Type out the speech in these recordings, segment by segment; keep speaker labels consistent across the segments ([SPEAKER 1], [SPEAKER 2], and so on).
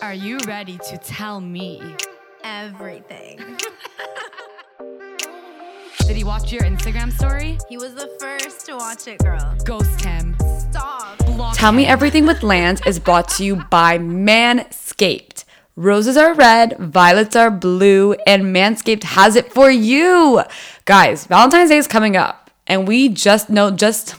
[SPEAKER 1] Are you ready to tell me?
[SPEAKER 2] Everything.
[SPEAKER 1] Did he watch your Instagram story?
[SPEAKER 2] He was the first to watch it, girl.
[SPEAKER 1] Ghost him.
[SPEAKER 2] Stop.
[SPEAKER 1] Block
[SPEAKER 3] Tell Me
[SPEAKER 1] him.
[SPEAKER 3] Everything with Lance is brought to you by Manscaped. Roses are red, violets are blue, and Manscaped has it for you. Guys, Valentine's Day is coming up, and we just know just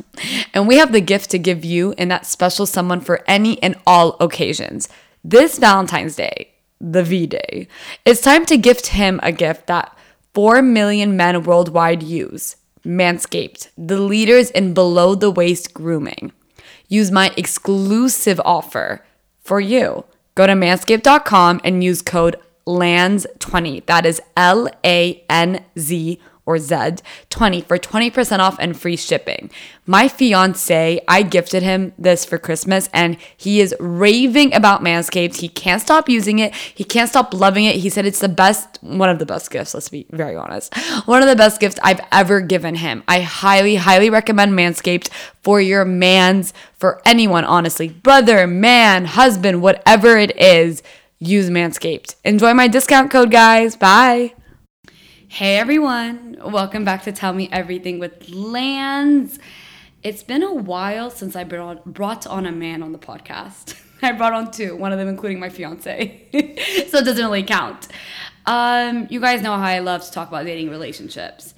[SPEAKER 3] and we have the gift to give you and that special someone for any and all occasions. This Valentine's Day, the V Day, it's time to gift him a gift that 4 million men worldwide use. Manscaped, the leaders in below the waist grooming. Use my exclusive offer for you. Go to manscaped.com and use code LANDS20. That is L A N Z or Z 20 for 20% off and free shipping. My fiance, I gifted him this for Christmas and he is raving about Manscaped. He can't stop using it. He can't stop loving it. He said it's the best, one of the best gifts, let's be very honest. One of the best gifts I've ever given him. I highly, highly recommend Manscaped for your man's, for anyone, honestly, brother, man, husband, whatever it is, use Manscaped. Enjoy my discount code, guys. Bye. Hey, everyone. Welcome back to Tell Me Everything with Lands. It's been a while since I brought, brought on a man on the podcast. I brought on two, one of them including my fiance. so it doesn't really count. Um, you guys know how I love to talk about dating relationships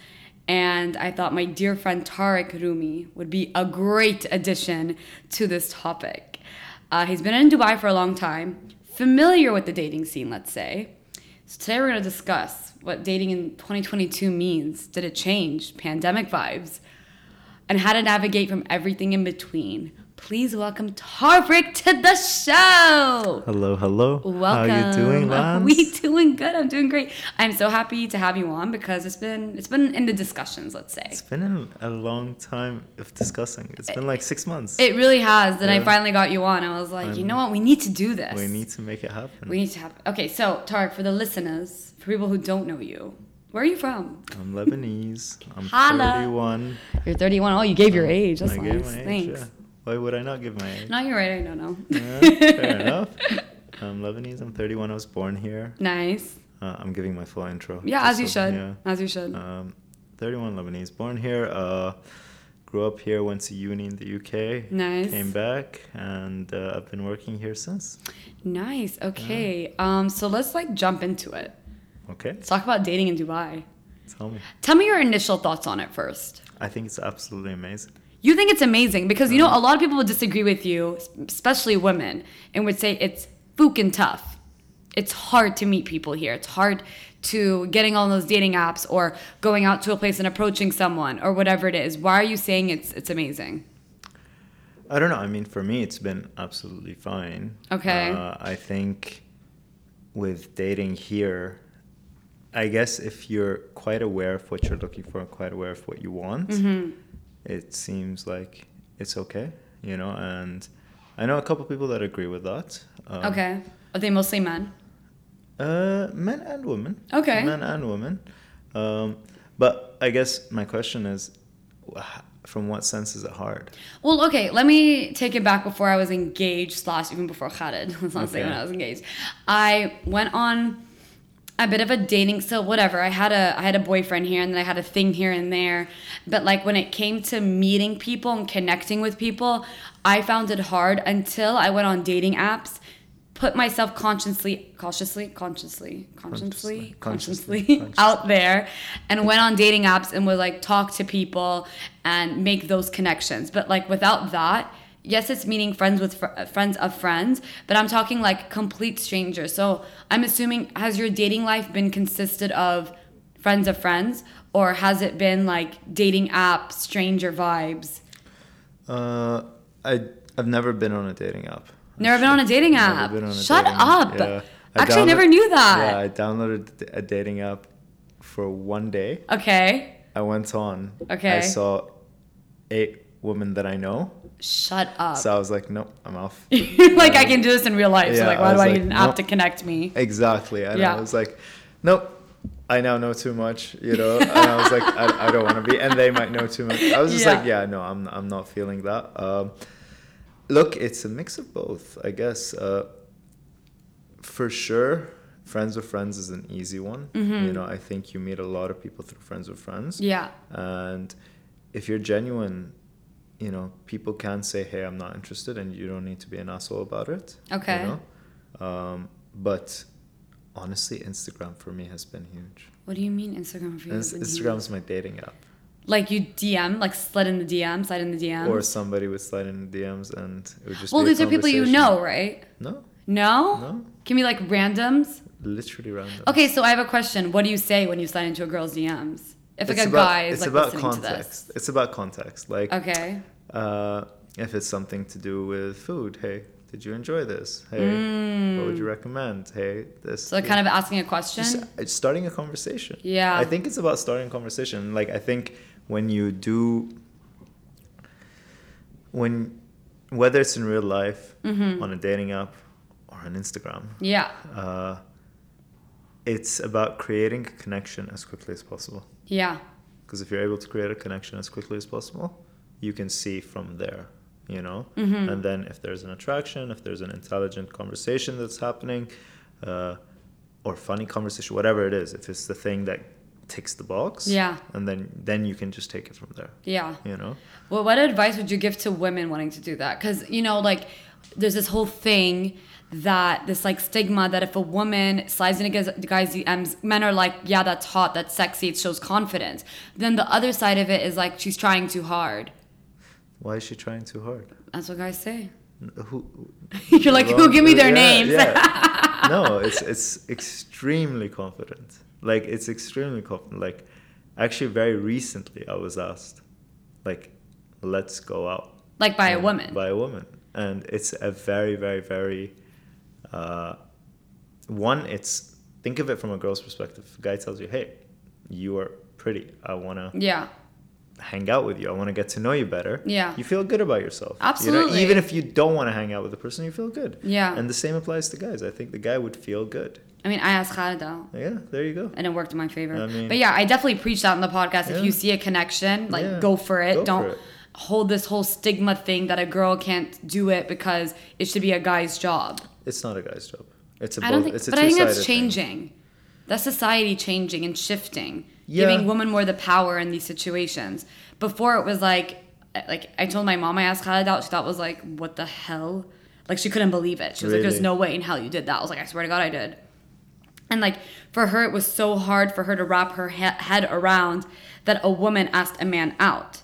[SPEAKER 3] and I thought my dear friend Tarek Rumi would be a great addition to this topic. Uh, he's been in Dubai for a long time, familiar with the dating scene, let's say. So today we're going to discuss what dating in 2022 means. Did it change? Pandemic vibes. And how to navigate from everything in between. Please welcome Tarek to the show.
[SPEAKER 4] Hello, hello.
[SPEAKER 3] Welcome.
[SPEAKER 4] How you doing, Lance?
[SPEAKER 3] We doing good. I'm doing great. I'm so happy to have you on because it's been it's been in the discussions. Let's say
[SPEAKER 4] It's been a a long time of discussing. It's been like six months.
[SPEAKER 3] it really has. Then I
[SPEAKER 4] Yeah.
[SPEAKER 3] finally got you on. I was like, you know what? We need to do this.
[SPEAKER 4] we need to make it happen.
[SPEAKER 3] We need to have. Okay, so Tarek, for the listeners, for people who don't know you, where are you from?
[SPEAKER 4] I'm Lebanese. I'm
[SPEAKER 3] Holla.
[SPEAKER 4] 31.
[SPEAKER 3] You're 31. Oh, you gave your age. That's
[SPEAKER 4] I
[SPEAKER 3] nice.
[SPEAKER 4] gave my age.
[SPEAKER 3] Thanks.
[SPEAKER 4] yeah. Why would I not give my age?
[SPEAKER 3] No, you're right. I don't know.
[SPEAKER 4] Yeah, fair enough. I'm Lebanese. I'm 31. I was born here.
[SPEAKER 3] Nice.
[SPEAKER 4] Uh, I'm giving my full intro.
[SPEAKER 3] Yeah, as
[SPEAKER 4] just
[SPEAKER 3] you
[SPEAKER 4] so-
[SPEAKER 3] should.
[SPEAKER 4] Yeah.
[SPEAKER 3] As you should.
[SPEAKER 4] Um, 31 Lebanese, born here, uh, grew up here, went to uni in the UK.
[SPEAKER 3] Nice.
[SPEAKER 4] Came back, and uh, I've been working here since.
[SPEAKER 3] nice. Okay. Um. So let's like jump into it.
[SPEAKER 4] Okay,
[SPEAKER 3] Let's talk about dating in Dubai.
[SPEAKER 4] tell me.
[SPEAKER 3] Tell me your initial thoughts on it first.
[SPEAKER 4] I think it's absolutely amazing.
[SPEAKER 3] You think it's amazing because you know a lot of people would disagree with you, s- especially women, and would say it's fucking tough. It's hard to meet people here. It's hard to getting on those dating apps or going out to a place and approaching someone or whatever it is. Why are you saying it's it's amazing?
[SPEAKER 4] I don't know. I mean, for me, it's been absolutely fine.
[SPEAKER 3] Okay.
[SPEAKER 4] Uh, I think with dating here, I guess if you're quite aware of what you're looking for and quite aware of what you want,
[SPEAKER 3] Mm-hmm.
[SPEAKER 4] it seems like it's okay, you know. And I know a couple people that agree with that. Um,
[SPEAKER 3] okay, are they mostly men?
[SPEAKER 4] Uh, men and women.
[SPEAKER 3] Okay.
[SPEAKER 4] Men and women. Um, but I guess my question is, wh- from what sense is it hard?
[SPEAKER 3] Well, okay, let me take it back before I was engaged, slash, even before Khaled. Let's not say
[SPEAKER 4] Okay.
[SPEAKER 3] when I was engaged. I went on a bit of a dating so whatever. I had a I had a boyfriend here and then I had a thing here and there. But like when it came to meeting people and connecting with people, I found it hard until I went on dating apps, put myself consciously cautiously, consciously, consciously,
[SPEAKER 4] Consciously,
[SPEAKER 3] consciously,
[SPEAKER 4] consciously,
[SPEAKER 3] consciously
[SPEAKER 4] consciously.
[SPEAKER 3] out out there and went on dating apps and would like talk to people and make those connections. But like without that, yes, it's meeting friends with fr- friends of friends, but I'm talking like complete strangers. So I'm assuming has your dating life been consisted of friends of friends or has it been like dating app stranger vibes?
[SPEAKER 4] Uh, I I've never been on a dating app.
[SPEAKER 3] Never been on a dating app. Shut up.
[SPEAKER 4] I
[SPEAKER 3] Actually, I never
[SPEAKER 4] download-
[SPEAKER 3] knew that.
[SPEAKER 4] Yeah, I downloaded d- a dating app for one day.
[SPEAKER 3] Okay,
[SPEAKER 4] I went on.
[SPEAKER 3] Okay.
[SPEAKER 4] I saw eight women that I know,
[SPEAKER 3] shut up.
[SPEAKER 4] so I was like, nope, I'm off.
[SPEAKER 3] like I can do this in real life. so
[SPEAKER 4] Yeah,
[SPEAKER 3] like
[SPEAKER 4] I
[SPEAKER 3] why do
[SPEAKER 4] was
[SPEAKER 3] I
[SPEAKER 4] like,
[SPEAKER 3] need an app
[SPEAKER 4] nope.
[SPEAKER 3] to connect me?
[SPEAKER 4] exactly. And
[SPEAKER 3] Yeah.
[SPEAKER 4] I was like, nope. I now know too much, you know. And I was like, I, I don't want to be, and they might know too much. I was just
[SPEAKER 3] Yeah.
[SPEAKER 4] like, yeah, no, I'm I'm not feeling that. Um, look, it's a mix of both, I guess. Uh, for sure, friends of friends is an easy one. You know, I think you meet a lot of people through friends of friends.
[SPEAKER 3] Yeah.
[SPEAKER 4] And if you're genuine, you know, people can say, "Hey, I'm not interested," and you don't need to be an asshole about it.
[SPEAKER 3] Okay.
[SPEAKER 4] You know? um, but honestly, Instagram for me has been huge.
[SPEAKER 3] What do you mean Instagram for you?
[SPEAKER 4] Ins- Instagram is my dating app.
[SPEAKER 3] Like you DM, like slid in the DM, slide in the DM.
[SPEAKER 4] Or somebody would slide in the DMs, and it would just.
[SPEAKER 3] well,
[SPEAKER 4] be a
[SPEAKER 3] these are people you
[SPEAKER 4] conversation.
[SPEAKER 3] know, right?
[SPEAKER 4] No,
[SPEAKER 3] No?
[SPEAKER 4] No.
[SPEAKER 3] Can be like randoms.
[SPEAKER 4] literally random.
[SPEAKER 3] Okay, so I have a question. What do you say when you slide into a girl's DMs? If like
[SPEAKER 4] It's
[SPEAKER 3] a
[SPEAKER 4] about-
[SPEAKER 3] guy is like listening
[SPEAKER 4] context. It's about context. Like,
[SPEAKER 3] to this. Okay.
[SPEAKER 4] uh, if it's something to do with food, hey, did you enjoy this? Hey, what would you recommend? Hey, this.
[SPEAKER 3] Hmm. So like kind of asking a question.
[SPEAKER 4] Just, it's starting a conversation.
[SPEAKER 3] Yeah.
[SPEAKER 4] I think it's about starting a conversation. Like I think when you do when whether it's in real life,
[SPEAKER 3] Mm-hmm.
[SPEAKER 4] on a dating app or on Instagram,
[SPEAKER 3] yeah.
[SPEAKER 4] uh, it's about creating a connection as quickly as possible.
[SPEAKER 3] Yeah.
[SPEAKER 4] Because if you're able to create a connection as quickly as possible, you can see from there, you know? And then if there's an attraction, if there's an intelligent conversation that's happening, uh, or funny conversation, whatever it is, if it's the thing that ticks the box,
[SPEAKER 3] Yeah.
[SPEAKER 4] and then then you can just take it from there,
[SPEAKER 3] Yeah.
[SPEAKER 4] you know?
[SPEAKER 3] Well, what advice would you give to women wanting to do that? Because you know, like, there's this whole thing that this like stigma that if a woman slides into guys- guys' DMs, men are like, yeah, that's hot, that's sexy, it shows confidence. Then the other side of it is like she's trying too hard.
[SPEAKER 4] Why is she trying too hard?
[SPEAKER 3] That's what guys say.
[SPEAKER 4] Who?
[SPEAKER 3] You're like, who
[SPEAKER 4] wrong-
[SPEAKER 3] give me their
[SPEAKER 4] yeah,
[SPEAKER 3] names?
[SPEAKER 4] yeah. no, it's it's extremely confident. Like it's extremely confident. Like actually, very recently, I was asked, like, let's go out
[SPEAKER 3] like by a
[SPEAKER 4] and-
[SPEAKER 3] woman.
[SPEAKER 4] By a woman, and it's a very, very, very. Uh, one, it's think of it from a girl's perspective. A guy tells you, "Hey, you are pretty. I wanna
[SPEAKER 3] yeah.
[SPEAKER 4] hang out with you. I want to get to know you better.
[SPEAKER 3] Yeah.
[SPEAKER 4] You feel good about yourself. You know,
[SPEAKER 3] Absolutely.
[SPEAKER 4] even if you don't want to hang out with the person, you feel good.
[SPEAKER 3] Yeah.
[SPEAKER 4] And the same applies to guys. I think the guy would feel good.
[SPEAKER 3] I mean, I asked Khalida.
[SPEAKER 4] Yeah, there you go.
[SPEAKER 3] And it worked in my favor.
[SPEAKER 4] I mean-
[SPEAKER 3] but yeah, I definitely preach that in the podcast. If
[SPEAKER 4] Yeah.
[SPEAKER 3] you see a connection, like
[SPEAKER 4] Yeah.
[SPEAKER 3] go for it.
[SPEAKER 4] Go for
[SPEAKER 3] Don't
[SPEAKER 4] it.
[SPEAKER 3] hold this whole stigma thing that a girl can't do it because it should be a guy's job.
[SPEAKER 4] It's not a guy's job. It's a
[SPEAKER 3] I don't
[SPEAKER 4] both,
[SPEAKER 3] think,
[SPEAKER 4] it's a
[SPEAKER 3] but I think
[SPEAKER 4] two-sided
[SPEAKER 3] that's
[SPEAKER 4] thing.
[SPEAKER 3] changing. That's society changing and shifting,
[SPEAKER 4] Yeah.
[SPEAKER 3] giving women more the power in these situations. Before it was like, like I told my mom, I asked Khaled out. She thought it was like, what the hell? Like she couldn't believe it. She was like,
[SPEAKER 4] Really?
[SPEAKER 3] there's no way in hell you did that. I was like, I swear to God, I did. And like for her, it was so hard for her to wrap her he- head around that a woman asked a man out.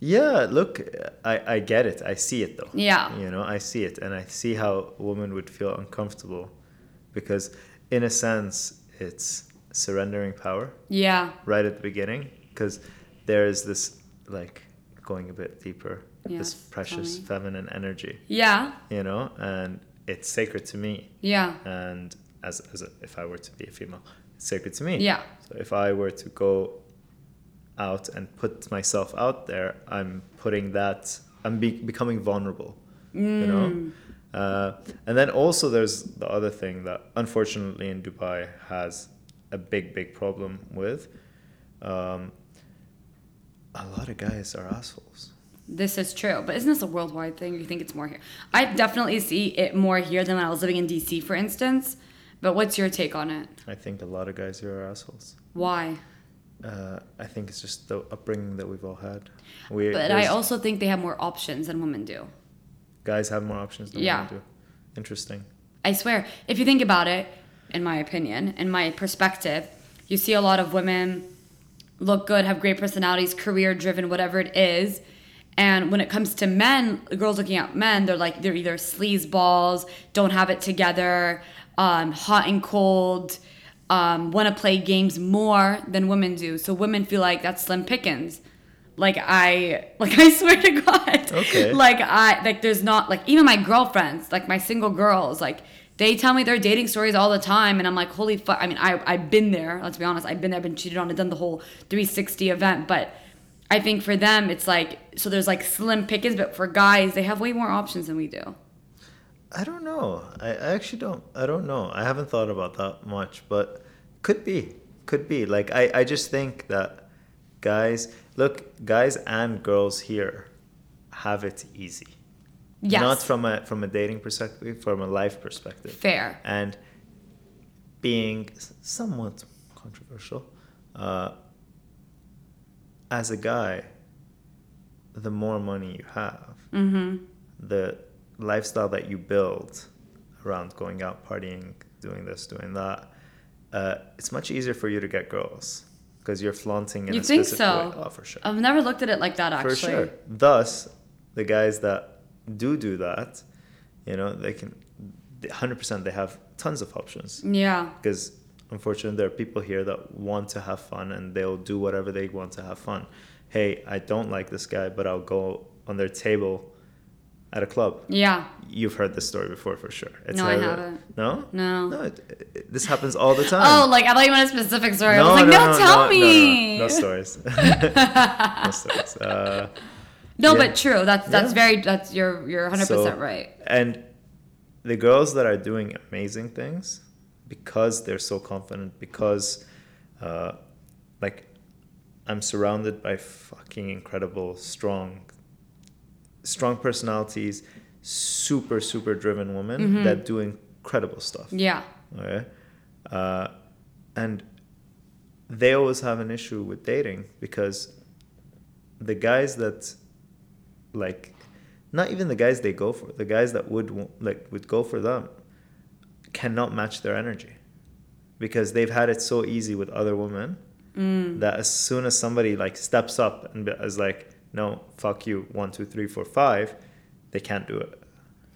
[SPEAKER 4] Yeah, look, I, I get it. I see it though.
[SPEAKER 3] Yeah.
[SPEAKER 4] You know, I see it. And I see how women would feel uncomfortable because, in a sense, it's surrendering power.
[SPEAKER 3] Yeah,
[SPEAKER 4] right at the beginning because there is this like going a bit deeper
[SPEAKER 3] Yes,
[SPEAKER 4] this precious
[SPEAKER 3] tell me.
[SPEAKER 4] feminine energy
[SPEAKER 3] yeah,
[SPEAKER 4] you know and it's sacred to me
[SPEAKER 3] yeah,
[SPEAKER 4] and as, as a, if i were to be a female it's sacred to me
[SPEAKER 3] Yeah.
[SPEAKER 4] so if i were to go out and put myself out there i'm putting that i'm be- becoming vulnerable you
[SPEAKER 3] Mm.
[SPEAKER 4] know uh, and then also there's the other thing that unfortunately in dubai has a big big problem with um, a lot of guys are assholes
[SPEAKER 3] This is true, but isn't this a worldwide thing? You think it's more here? I definitely see it more here than when I was living in DC, for instance. But what's your take on it?
[SPEAKER 4] i think a lot of guys here are assholes
[SPEAKER 3] Why?
[SPEAKER 4] uh, I think it's just the upbringing that we've all had. We,
[SPEAKER 3] But I
[SPEAKER 4] there's-
[SPEAKER 3] also think they have more options than women do.
[SPEAKER 4] guys have more options than
[SPEAKER 3] Yeah.
[SPEAKER 4] women do. Interesting.
[SPEAKER 3] I swear, if you think about it, in my opinion, in my perspective, you see a lot of women look good, have great personalities, career driven, whatever it is. And when it comes to men, girls looking at men, they're like, they're either sleaze balls, don't have it together, um, hot and cold, um, want to play games more than women do. So women feel like that's slim pickings. Like I, like I swear to God,
[SPEAKER 4] Okay.
[SPEAKER 3] like like I like there's not like even my girlfriends, like my single girls, like they tell me their dating stories all the time and I'm like, holy fuck I mean I I've been there, let's be honest, I've been there, been cheated on, I've done the whole three sixty event, but I think for them it's like so there's like slim pickings, but for guys they have way more options than we do.
[SPEAKER 4] I don't know. I, I actually don't. I don't know. I haven't thought about that much, but could be. Could be. Like I, I just think that guys, look, guys and girls here have it easy.
[SPEAKER 3] Yes.
[SPEAKER 4] Not from a from a dating perspective, from a life perspective.
[SPEAKER 3] Fair.
[SPEAKER 4] And being s- somewhat controversial, uh, as a guy, the more money you have,
[SPEAKER 3] Mm-hmm.
[SPEAKER 4] the lifestyle that you build around going out partying, doing this, doing that, uh, it's much easier for you to get girls because you're flaunting in
[SPEAKER 3] You
[SPEAKER 4] a
[SPEAKER 3] think
[SPEAKER 4] specific
[SPEAKER 3] so?
[SPEAKER 4] way. Oh, for sure.
[SPEAKER 3] I've never looked at it like that
[SPEAKER 4] For
[SPEAKER 3] actually.
[SPEAKER 4] sure. Thus, the guys that do do that, you know, they can 100% they have tons of options
[SPEAKER 3] Yeah.
[SPEAKER 4] because unfortunately there are people here that want to have fun and they'll do whatever they want to have fun. Hey, I don't like this guy, but I'll go on their table at a club.
[SPEAKER 3] Yeah.
[SPEAKER 4] You've heard this story before for sure. It's
[SPEAKER 3] No, I
[SPEAKER 4] never-
[SPEAKER 3] haven't.
[SPEAKER 4] No?
[SPEAKER 3] No.
[SPEAKER 4] No, it, it- this happens all the time.
[SPEAKER 3] Oh, like I thought you meant a specific story. I was like, no, tell
[SPEAKER 4] no,
[SPEAKER 3] me.
[SPEAKER 4] No, no, no stories. no stories. Uh,
[SPEAKER 3] No,
[SPEAKER 4] Yeah.
[SPEAKER 3] but true. That's that's
[SPEAKER 4] Yeah.
[SPEAKER 3] very that's you're you're 100
[SPEAKER 4] So-
[SPEAKER 3] percent right.
[SPEAKER 4] And the girls that are doing amazing things because they're so confident, because uh, like I'm surrounded by fucking incredible, strong, strong personalities, super, super driven women
[SPEAKER 3] Mm-hmm.
[SPEAKER 4] that do incredible stuff.
[SPEAKER 3] Yeah.
[SPEAKER 4] Okay. Uh, and they always have an issue with dating because the guys that, like, not even the guys they go for, the guys that would w- like would go for them, cannot match their energy, because they've had it so easy with other women that as soon as somebody like steps up and be- is like, no, fuck you, one, two, three, four, five, they can't do it,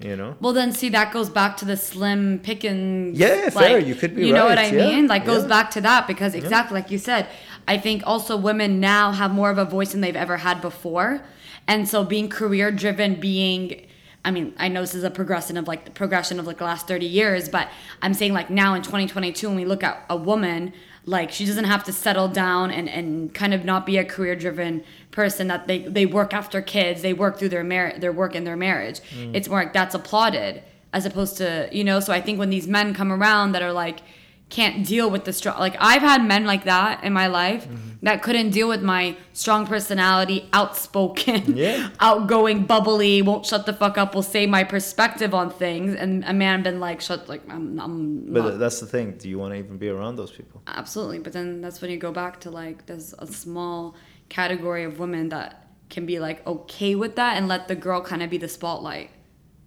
[SPEAKER 4] you know.
[SPEAKER 3] Well, then see that goes back to the slim pickings.
[SPEAKER 4] Yeah, fair, you could be
[SPEAKER 3] You know what I
[SPEAKER 4] right, yeah,
[SPEAKER 3] mean? Like goes
[SPEAKER 4] yeah.
[SPEAKER 3] back to that because exactly like you said, I think also women now have more of a voice than they've ever had before, and so being career driven, being I mean, I know this is a progression of like the progression of like the last 30 years, but I'm saying like now in 2022 when we look at a woman, like she doesn't have to settle down and, and kind of not be a career driven person that they, they work after kids, they work through their marriage their work in their marriage. It's more like that's applauded as opposed to, you know, so I think when these men come around that are like can't deal with the strong like I've had men like that in my life
[SPEAKER 4] Mm-hmm.
[SPEAKER 3] that couldn't deal with my strong personality, outspoken,
[SPEAKER 4] Yeah.
[SPEAKER 3] outgoing, bubbly, won't shut the fuck up, will say my perspective on things. And a man been like, shut, like, I'm, I'm
[SPEAKER 4] But
[SPEAKER 3] not-
[SPEAKER 4] th- that's the thing. Do you want to even be around those people?
[SPEAKER 3] absolutely. But then that's when you go back to like, there's a small category of women that can be like okay with that and let the girl kind of be the spotlight.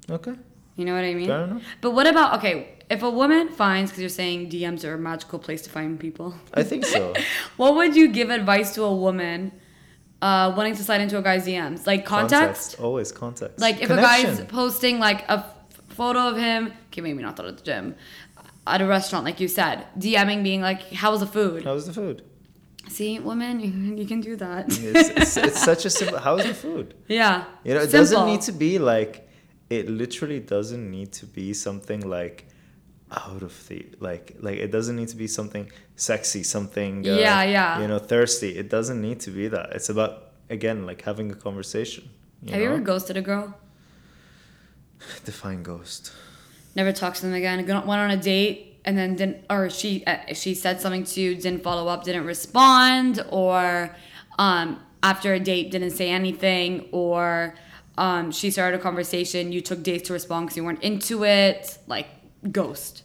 [SPEAKER 4] Okay.
[SPEAKER 3] You know what I mean?
[SPEAKER 4] Fair enough.
[SPEAKER 3] But what about, okay, if a woman finds, because you're saying DMs are a magical place to find people.
[SPEAKER 4] I think so.
[SPEAKER 3] What would you give advice to a woman uh, wanting to slide into a guy's DMs? Like context?
[SPEAKER 4] Always context.
[SPEAKER 3] Like if a
[SPEAKER 4] Connection.
[SPEAKER 3] guy's posting like a f- photo of him, okay, maybe not that at the gym, at a restaurant, like you said, DMing being like, "How was the food?"
[SPEAKER 4] How's the food?
[SPEAKER 3] See, women, you, you can do that.
[SPEAKER 4] It's, it's, it's such a simple. How's the food?
[SPEAKER 3] yeah,
[SPEAKER 4] You know, it doesn't
[SPEAKER 3] Simple.
[SPEAKER 4] need to be like. It literally doesn't need to be something like out of the like like it doesn't need to be something sexy something uh,
[SPEAKER 3] Yeah, yeah.
[SPEAKER 4] you know thirsty it doesn't need to be that it's about again like having a conversation you
[SPEAKER 3] Have you
[SPEAKER 4] know?
[SPEAKER 3] ever ghosted a girl?
[SPEAKER 4] define ghost
[SPEAKER 3] Never talked to them again. Go- Went on a date and then didn't, or she uh, she said something to you, didn't follow up, didn't respond, or um, after a date didn't say anything, or um, she started a conversation, you took days to respond because you weren't into it. Like ghost.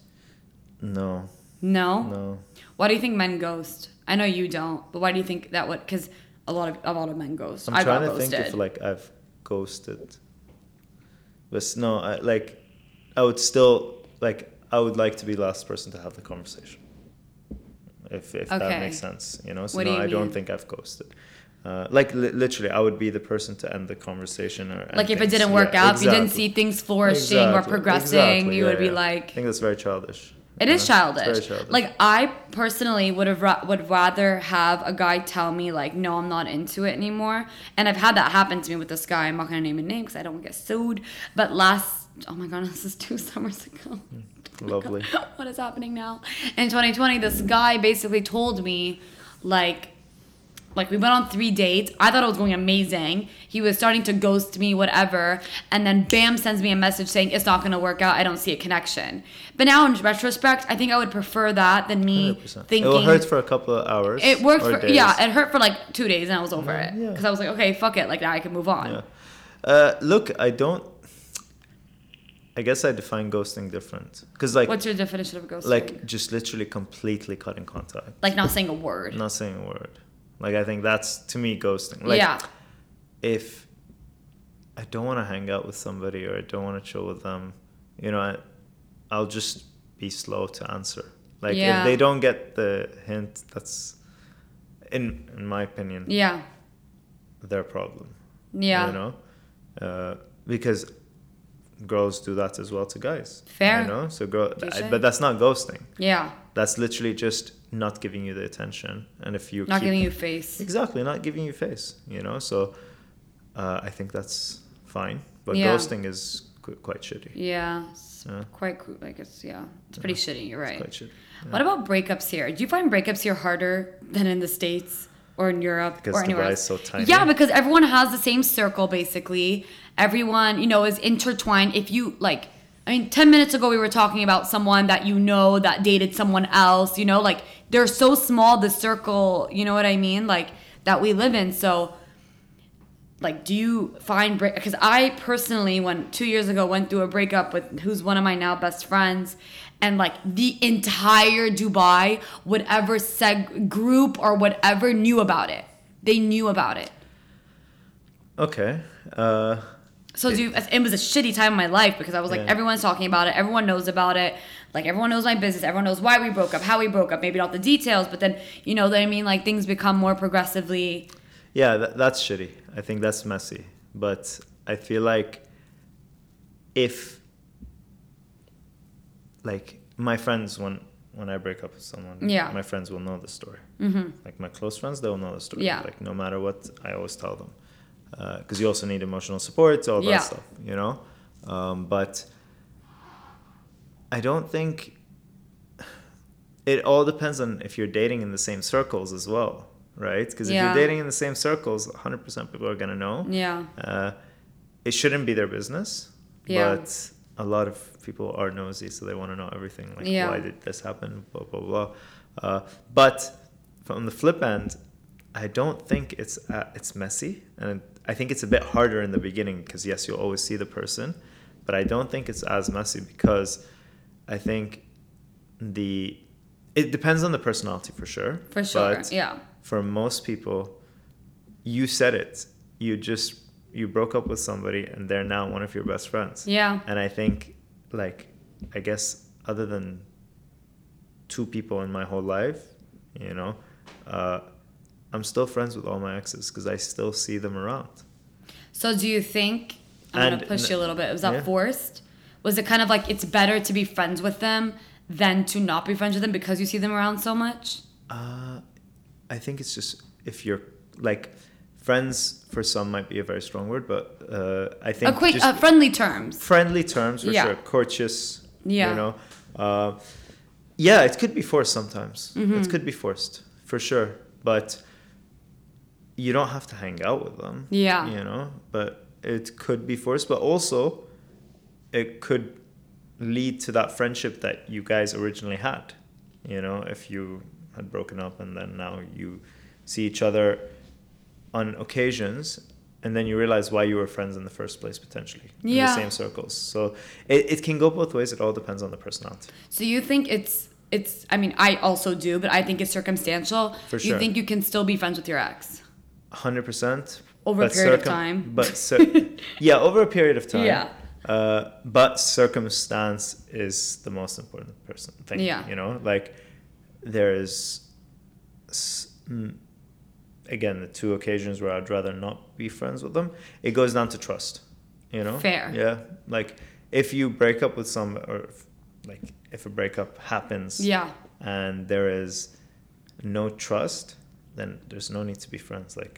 [SPEAKER 4] no
[SPEAKER 3] No.
[SPEAKER 4] no
[SPEAKER 3] Why do you think men ghost? I know you don't, but why do you think that would? Because a lot of a lot of men ghost.
[SPEAKER 4] I'm
[SPEAKER 3] I got
[SPEAKER 4] trying to
[SPEAKER 3] ghosted.
[SPEAKER 4] think if like I've ghosted. But no, I, like I would still like I would like to be the last person to have the conversation. If if
[SPEAKER 3] Okay.
[SPEAKER 4] that makes sense, you know. So
[SPEAKER 3] What do
[SPEAKER 4] no,
[SPEAKER 3] you
[SPEAKER 4] I don't
[SPEAKER 3] mean?
[SPEAKER 4] think I've ghosted. Uh, like li- literally, I would be the person to end the conversation or end
[SPEAKER 3] like if it
[SPEAKER 4] things.
[SPEAKER 3] didn't
[SPEAKER 4] Yeah,
[SPEAKER 3] work out, if you didn't
[SPEAKER 4] exactly.
[SPEAKER 3] see things flourishing or
[SPEAKER 4] Exactly,
[SPEAKER 3] progressing,
[SPEAKER 4] exactly,
[SPEAKER 3] you
[SPEAKER 4] yeah,
[SPEAKER 3] would be
[SPEAKER 4] yeah. I
[SPEAKER 3] like,
[SPEAKER 4] think that's very childish.
[SPEAKER 3] It
[SPEAKER 4] you
[SPEAKER 3] is
[SPEAKER 4] know? It's
[SPEAKER 3] childish.
[SPEAKER 4] very childish.
[SPEAKER 3] Like I personally would have ra- would rather have a guy tell me like, no, I'm not into it anymore. And I've had that happen to me with this guy. I'm not gonna name a name because I don't wanna get sued. But last, oh my god, this is two summers ago.
[SPEAKER 4] lovely.
[SPEAKER 3] what is happening now? In 2020, this guy basically told me like like we went on three dates. I thought it was going amazing. He was starting to ghost me, whatever, and then bam sends me a message saying it's not gonna work out. I don't see a connection. But now in retrospect, I think I would prefer that than me
[SPEAKER 4] 100%.
[SPEAKER 3] thinking
[SPEAKER 4] it will hurt for a couple of hours.
[SPEAKER 3] It worked
[SPEAKER 4] or
[SPEAKER 3] for
[SPEAKER 4] days.
[SPEAKER 3] yeah, it hurt for like two days and I was over it
[SPEAKER 4] yeah.
[SPEAKER 3] because I was like okay, fuck it, like now I can move on.
[SPEAKER 4] Yeah. Uh, look, I don't. I guess I define ghosting different because like
[SPEAKER 3] What's your definition of ghosting?
[SPEAKER 4] like just literally completely cutting contact,
[SPEAKER 3] like not saying a word.
[SPEAKER 4] not saying a word. Like I think that's to me ghosting. Like
[SPEAKER 3] yeah.
[SPEAKER 4] if I don't want to hang out with somebody or I don't want to chill with them, you know, I, I'll just be slow to answer. Like
[SPEAKER 3] Yeah.
[SPEAKER 4] if they don't get the hint, that's in in my opinion
[SPEAKER 3] Yeah.
[SPEAKER 4] their problem.
[SPEAKER 3] Yeah.
[SPEAKER 4] You know, uh, because girls do that as well to guys.
[SPEAKER 3] Fair.
[SPEAKER 4] You know, so girl,
[SPEAKER 3] Touche.
[SPEAKER 4] but that's not ghosting.
[SPEAKER 3] Yeah.
[SPEAKER 4] That's literally just not giving you the attention. And if you
[SPEAKER 3] Not
[SPEAKER 4] keep-
[SPEAKER 3] giving you face.
[SPEAKER 4] exactly not giving you face, you know, so uh, I think that's fine. But
[SPEAKER 3] Yeah.
[SPEAKER 4] ghosting is qu- quite shitty.
[SPEAKER 3] Yeah. It's
[SPEAKER 4] Yeah.
[SPEAKER 3] quite cool. Like it's yeah. It's pretty shitty. You're right.
[SPEAKER 4] Quite shitty.
[SPEAKER 3] What about breakups here? Do you find breakups here harder than in the States or in Europe
[SPEAKER 4] Because
[SPEAKER 3] or anywhere
[SPEAKER 4] Dubai
[SPEAKER 3] else?
[SPEAKER 4] is so tiny.
[SPEAKER 3] Yeah, because everyone has the same circle basically. Everyone, you know, is intertwined. If you like, I mean, 10 minutes ago we were talking about someone that you know that dated someone else, you know, like they're so small, the circle, you know what I mean? Like that we live in. So, like do you find break because i personally when two years ago went through a breakup with who's one of my now best friends and like the entire dubai whatever seg group or whatever knew about it they knew about it
[SPEAKER 4] Okay. Uh,
[SPEAKER 3] so do you, it was a shitty time in my life because I was like,
[SPEAKER 4] Yeah.
[SPEAKER 3] everyone's talking about it, everyone knows about it, like everyone knows my business, everyone knows why we broke up, how we broke up, maybe not the details, but then you know what I mean, like things become more progressively.
[SPEAKER 4] yeah, tha that's shitty. I think that's messy. But I feel like if, like, my friends, when when I break up with someone,
[SPEAKER 3] Yeah.
[SPEAKER 4] my friends will know the story. Mm-hmm. Like my close friends, they will know the story.
[SPEAKER 3] Yeah.
[SPEAKER 4] Like no matter what, I always tell them, because you also need emotional support, all that
[SPEAKER 3] Yeah.
[SPEAKER 4] stuff, you know. Um, but I don't think it all depends on if you're dating in the same circles as well, right? Because if
[SPEAKER 3] Yeah.
[SPEAKER 4] you're dating in the same circles, 100% people are going to know.
[SPEAKER 3] Yeah.
[SPEAKER 4] Uh, it shouldn't be their business,
[SPEAKER 3] Yeah.
[SPEAKER 4] but a lot of people are nosy, so they want to know everything. Like,
[SPEAKER 3] Yeah.
[SPEAKER 4] why did this happen? Blah, blah, blah. Uh, but from the flip end, I don't think it's uh, it's messy, and I think it's a bit harder in the beginning because yes, you'll always see the person, but I don't think it's as messy because I think the it depends on the personality for sure.
[SPEAKER 3] For sure,
[SPEAKER 4] but
[SPEAKER 3] yeah.
[SPEAKER 4] For most people, you said it. You just you broke up with somebody, and they're now one of your best friends.
[SPEAKER 3] Yeah.
[SPEAKER 4] And I think, like, I guess other than two people in my whole life, you know, uh, I'm still friends with all my exes because I still see them around.
[SPEAKER 3] So do you think I'm
[SPEAKER 4] And-
[SPEAKER 3] gonna push you a little bit? Was that
[SPEAKER 4] yeah.
[SPEAKER 3] forced? Was it kind of like it's better to be friends with them than to not be friends with them because you see them around so much?
[SPEAKER 4] Uh, I think it's just if you're like friends for some might be a very strong word, but uh, I
[SPEAKER 3] A
[SPEAKER 4] think
[SPEAKER 3] quick,
[SPEAKER 4] just
[SPEAKER 3] uh, friendly terms.
[SPEAKER 4] friendly terms for
[SPEAKER 3] Yeah.
[SPEAKER 4] sure, courteous.
[SPEAKER 3] Yeah.
[SPEAKER 4] You know, uh, yeah, it could be forced sometimes.
[SPEAKER 3] Mm-hmm.
[SPEAKER 4] It could be forced for sure, but you don't have to hang out with them.
[SPEAKER 3] Yeah.
[SPEAKER 4] You know, but it could be forced, but also it could lead to that friendship that you guys originally had. You know, if you had broken up and then now you see each other on occasions and then you realize why you were friends in the first place potentially in
[SPEAKER 3] Yeah.
[SPEAKER 4] the same circles. So it, it can go both ways. It all depends on the personality.
[SPEAKER 3] So you think it's it's I mean I also do, but I think it's circumstantial.
[SPEAKER 4] For
[SPEAKER 3] You
[SPEAKER 4] sure.
[SPEAKER 3] think you can still be friends with your ex?
[SPEAKER 4] hundred percent
[SPEAKER 3] Over a period of time.
[SPEAKER 4] But cir- yeah, over a period of time.
[SPEAKER 3] Yeah.
[SPEAKER 4] Uh, but circumstance is the most important person thing.
[SPEAKER 3] Yeah.
[SPEAKER 4] You know, like there is, s- mm, again, the two occasions where I'd rather not be friends with them. It goes down to trust. You know.
[SPEAKER 3] Fair.
[SPEAKER 4] Yeah. Like if you break up with some, or if, like if a breakup happens
[SPEAKER 3] Yeah.
[SPEAKER 4] and there is no trust, then there's no need to be friends. Like,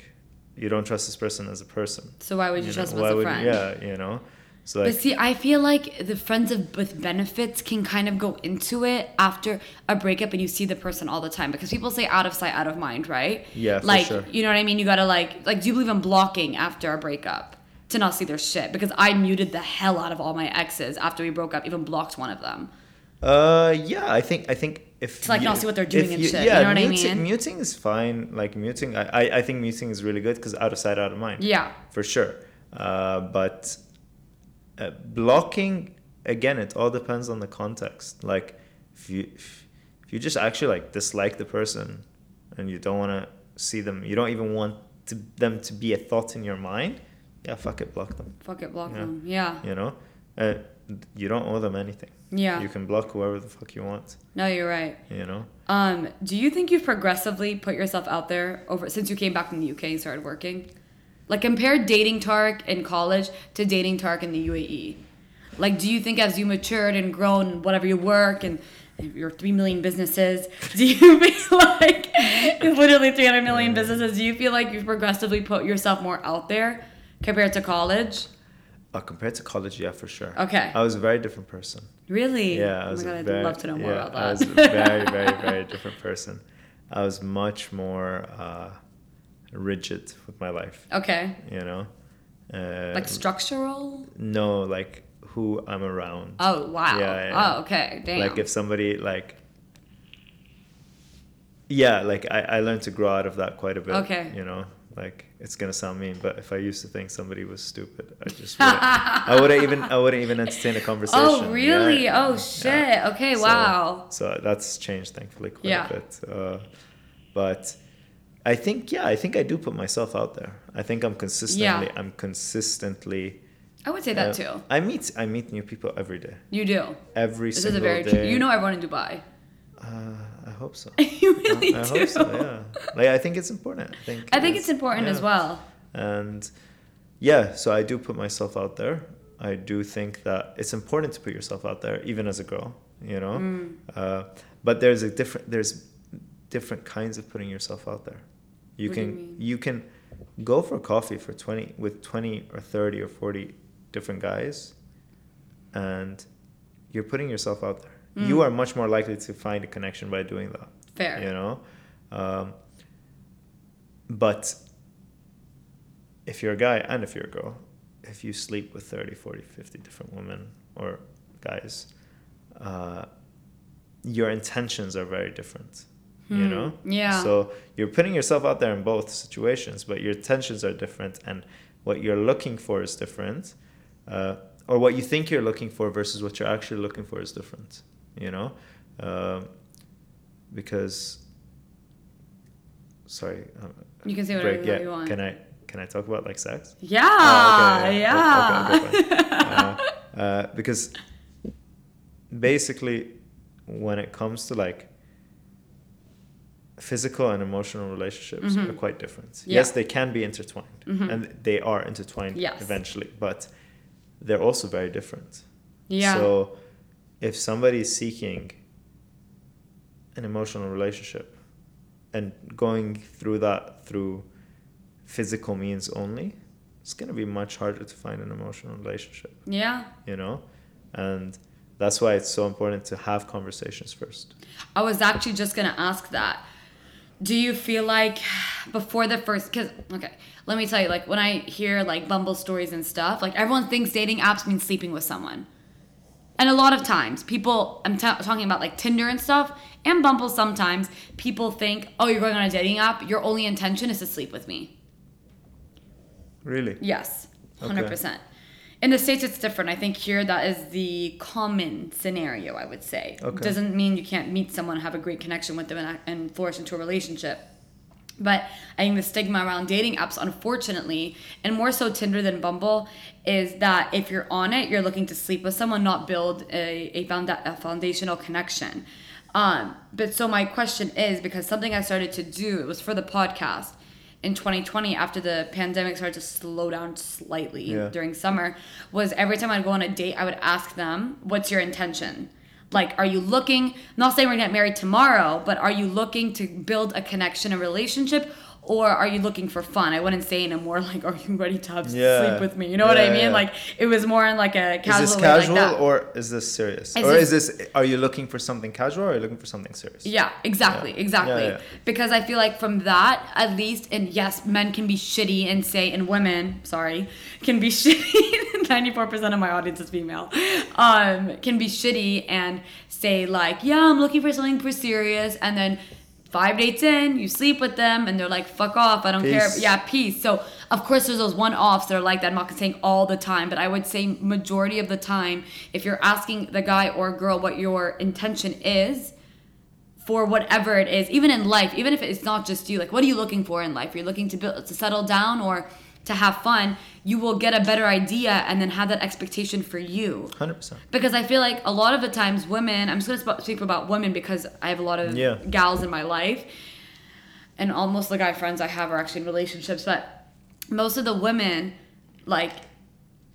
[SPEAKER 4] you don't trust this person as a person.
[SPEAKER 3] So why would you,
[SPEAKER 4] know,
[SPEAKER 3] trust them
[SPEAKER 4] why
[SPEAKER 3] as a
[SPEAKER 4] would-
[SPEAKER 3] friend?
[SPEAKER 4] Yeah, you know. So like,
[SPEAKER 3] But see, I feel like the friends of, with benefits can kind of go into it after a breakup and you see the person all the time because people say out of sight, out of mind, right?
[SPEAKER 4] Yeah, for
[SPEAKER 3] Like,
[SPEAKER 4] sure.
[SPEAKER 3] you know what I mean? You gotta like, like, do you believe in blocking after a breakup to not see their shit? Because I muted the hell out of all my exes after we broke up, even blocked one of them.
[SPEAKER 4] uh, yeah, I think I think if
[SPEAKER 3] To, like,
[SPEAKER 4] you-
[SPEAKER 3] not see what they're
[SPEAKER 4] if
[SPEAKER 3] doing and shit, you know what I
[SPEAKER 4] muti-
[SPEAKER 3] mean?
[SPEAKER 4] Muting is fine. Like muting, I I, I think muting is really good because out of sight, out of mind.
[SPEAKER 3] Yeah.
[SPEAKER 4] for sure. Uh, but uh, blocking, again, it all depends on the context. Like, if you if, if you just actually like dislike the person, and you don't want to see them, you don't even want to, them to be a thought in your mind. Yeah, fuck it, block them.
[SPEAKER 3] Fuck it, block
[SPEAKER 4] Yeah.
[SPEAKER 3] them. Yeah.
[SPEAKER 4] You know, uh, you don't owe them anything.
[SPEAKER 3] Yeah.
[SPEAKER 4] You can block whoever the fuck you want.
[SPEAKER 3] No, you're right.
[SPEAKER 4] You know.
[SPEAKER 3] Um, do you think you've progressively put yourself out there over since you came back from the UK and started working? Like compare dating Tark in college to dating Tark in the UAE. Like, do you think as you matured and grown, and whatever you work and your three million businesses, do you feel like it's literally three hundred million businesses? Do you feel like you've progressively put yourself more out there compared to college?
[SPEAKER 4] Uh, compared to college, yeah, for sure.
[SPEAKER 3] Okay.
[SPEAKER 4] I was a very different person.
[SPEAKER 3] Really?
[SPEAKER 4] Yeah, I
[SPEAKER 3] Oh
[SPEAKER 4] was
[SPEAKER 3] my
[SPEAKER 4] a
[SPEAKER 3] god,
[SPEAKER 4] very,
[SPEAKER 3] I'd love to know more
[SPEAKER 4] yeah,
[SPEAKER 3] about
[SPEAKER 4] I was
[SPEAKER 3] that.
[SPEAKER 4] a very, very, very different person. I was much more uh, rigid with my life,
[SPEAKER 3] okay.
[SPEAKER 4] you know. Uh,
[SPEAKER 3] Like structural?
[SPEAKER 4] no, like who I'm around.
[SPEAKER 3] Oh wow.
[SPEAKER 4] Yeah, yeah.
[SPEAKER 3] Oh, okay. Damn.
[SPEAKER 4] Like if somebody like. Yeah, like I, I learned to grow out of that quite a bit.
[SPEAKER 3] Okay.
[SPEAKER 4] You know, like it's gonna sound mean, but if I used to think somebody was stupid, I just wouldn't, I wouldn't even I wouldn't even entertain a conversation.
[SPEAKER 3] Oh really?
[SPEAKER 4] Yeah.
[SPEAKER 3] Oh shit. Okay,
[SPEAKER 4] So-
[SPEAKER 3] wow.
[SPEAKER 4] So that's changed thankfully quite
[SPEAKER 3] Yeah.
[SPEAKER 4] a bit. Uh, but I think yeah, I think I do put myself out there. I think I'm consistently I'm consistently
[SPEAKER 3] I would say that
[SPEAKER 4] uh,
[SPEAKER 3] too.
[SPEAKER 4] I meet I meet new people every day.
[SPEAKER 3] You do.
[SPEAKER 4] Every
[SPEAKER 3] This is
[SPEAKER 4] single
[SPEAKER 3] a very true.
[SPEAKER 4] day.
[SPEAKER 3] You know everyone in Dubai.
[SPEAKER 4] uh, I hope so.
[SPEAKER 3] you really
[SPEAKER 4] I
[SPEAKER 3] do.
[SPEAKER 4] hope so, yeah. Like I think it's important. I think
[SPEAKER 3] I think it's important as
[SPEAKER 4] yeah.
[SPEAKER 3] well.
[SPEAKER 4] And yeah, so I do put myself out there. I do think that it's important to put yourself out there, even as a girl, you know.
[SPEAKER 3] Mm.
[SPEAKER 4] Uh, but there's a different there's different kinds of putting yourself out there. You
[SPEAKER 3] What do you
[SPEAKER 4] can
[SPEAKER 3] mean?
[SPEAKER 4] you, can go for coffee for twenty with twenty or thirty or forty different guys, and you're putting yourself out there.
[SPEAKER 3] Mm.
[SPEAKER 4] You are much more likely to find a connection by doing that.
[SPEAKER 3] Fair.
[SPEAKER 4] You know, um, but if you're a guy and if you're a girl, if you sleep with 30, 40, 50 different women or guys, uh, your intentions are very different.
[SPEAKER 3] Hmm.
[SPEAKER 4] You know?
[SPEAKER 3] yeah.
[SPEAKER 4] So you're putting yourself out there in both situations, but your intentions are different and what you're looking for is different. Uh, or what you think you're looking for versus what you're actually looking for is different. You know? Um because, sorry. um,
[SPEAKER 3] You can say whatever
[SPEAKER 4] break,
[SPEAKER 3] the hell
[SPEAKER 4] yeah.
[SPEAKER 3] you want.
[SPEAKER 4] Can I can I talk about like sex?
[SPEAKER 3] Yeah.
[SPEAKER 4] Oh, okay,
[SPEAKER 3] yeah.
[SPEAKER 4] yeah. Okay, okay, Uh, uh, because basically, when it comes to like physical and emotional relationships, are quite different.
[SPEAKER 3] Mm-hmm. Yeah. Mm-hmm.
[SPEAKER 4] Yes, they can be intertwined, and they are intertwined
[SPEAKER 3] Yes.
[SPEAKER 4] eventually, but they're also very different.
[SPEAKER 3] yeah.
[SPEAKER 4] So if somebody is seeking an emotional relationship and going through that through physical means only, it's going to be much harder to find an emotional relationship,
[SPEAKER 3] yeah.
[SPEAKER 4] you know? And that's why it's so important to have conversations first.
[SPEAKER 3] I was actually just gonna ask that. Do you feel like before the first? Because okay, let me tell you. Like when I hear like Bumble stories and stuff, like everyone thinks dating apps means sleeping with someone. And a lot of times, people I'm ta- talking about like Tinder and stuff and Bumble. Sometimes people think, oh, you're going on a dating app. Your only intention is to sleep with me.
[SPEAKER 4] Really?
[SPEAKER 3] Yes,
[SPEAKER 4] Okay.
[SPEAKER 3] hundred percent. In the states, it's different. I think here that is the common scenario. I would say
[SPEAKER 4] Okay.
[SPEAKER 3] doesn't mean you can't meet someone, have a great connection with them, and, and flourish into a relationship. But I think the stigma around dating apps, unfortunately, and more so Tinder than Bumble, is that if you're on it, you're looking to sleep with someone, not build a, a, founda- a foundational connection. Um, but so my question is because something I started to do, it was for the podcast in 2020 after the pandemic started to slow down slightly
[SPEAKER 4] Yeah.
[SPEAKER 3] during summer, was every time I'd go on a date, I would ask them, What's your intention? Like, are you looking? I'm not saying we're gonna get married tomorrow, but are you looking to build a connection, a relationship, or are you looking for fun? I wouldn't say in a more like, are you ready to have
[SPEAKER 4] Yeah.
[SPEAKER 3] sleep with me? You know what I
[SPEAKER 4] Yeah,
[SPEAKER 3] mean?
[SPEAKER 4] yeah.
[SPEAKER 3] Like, it was more in like a casual,
[SPEAKER 4] is this
[SPEAKER 3] way
[SPEAKER 4] casual
[SPEAKER 3] like that.
[SPEAKER 4] or is this serious?
[SPEAKER 3] Is
[SPEAKER 4] or
[SPEAKER 3] this-
[SPEAKER 4] is this, are you looking for something casual or are you looking for something serious?
[SPEAKER 3] Yeah, exactly,
[SPEAKER 4] Yeah.
[SPEAKER 3] exactly.
[SPEAKER 4] Yeah, yeah.
[SPEAKER 3] Because I feel like from that, at least, and yes, men can be shitty and say, and women, sorry, can be shitty. Ninety-four percent of my audience is female. Um, can be shitty and say like, yeah, I'm looking for something for serious, and then five dates in, you sleep with them, and they're like, fuck off, I don't care.
[SPEAKER 4] Peace.
[SPEAKER 3] Yeah, peace. So, of course, there's those one offs that are like that. I'm not saying all the time, but I would say majority of the time, if you're asking the guy or girl what your intention is, for whatever it is, even in life, even if it's not just you, like what are you looking for in life? You're looking to build, to settle down or to have fun. You will get a better idea and then have that expectation for you.
[SPEAKER 4] 100%.
[SPEAKER 3] Because I feel like a lot of the times women, I'm just gonna sp- speak about women because I have a lot of
[SPEAKER 4] Yeah.
[SPEAKER 3] gals in my life, and almost the guy friends I have are actually in relationships. But most of the women, like,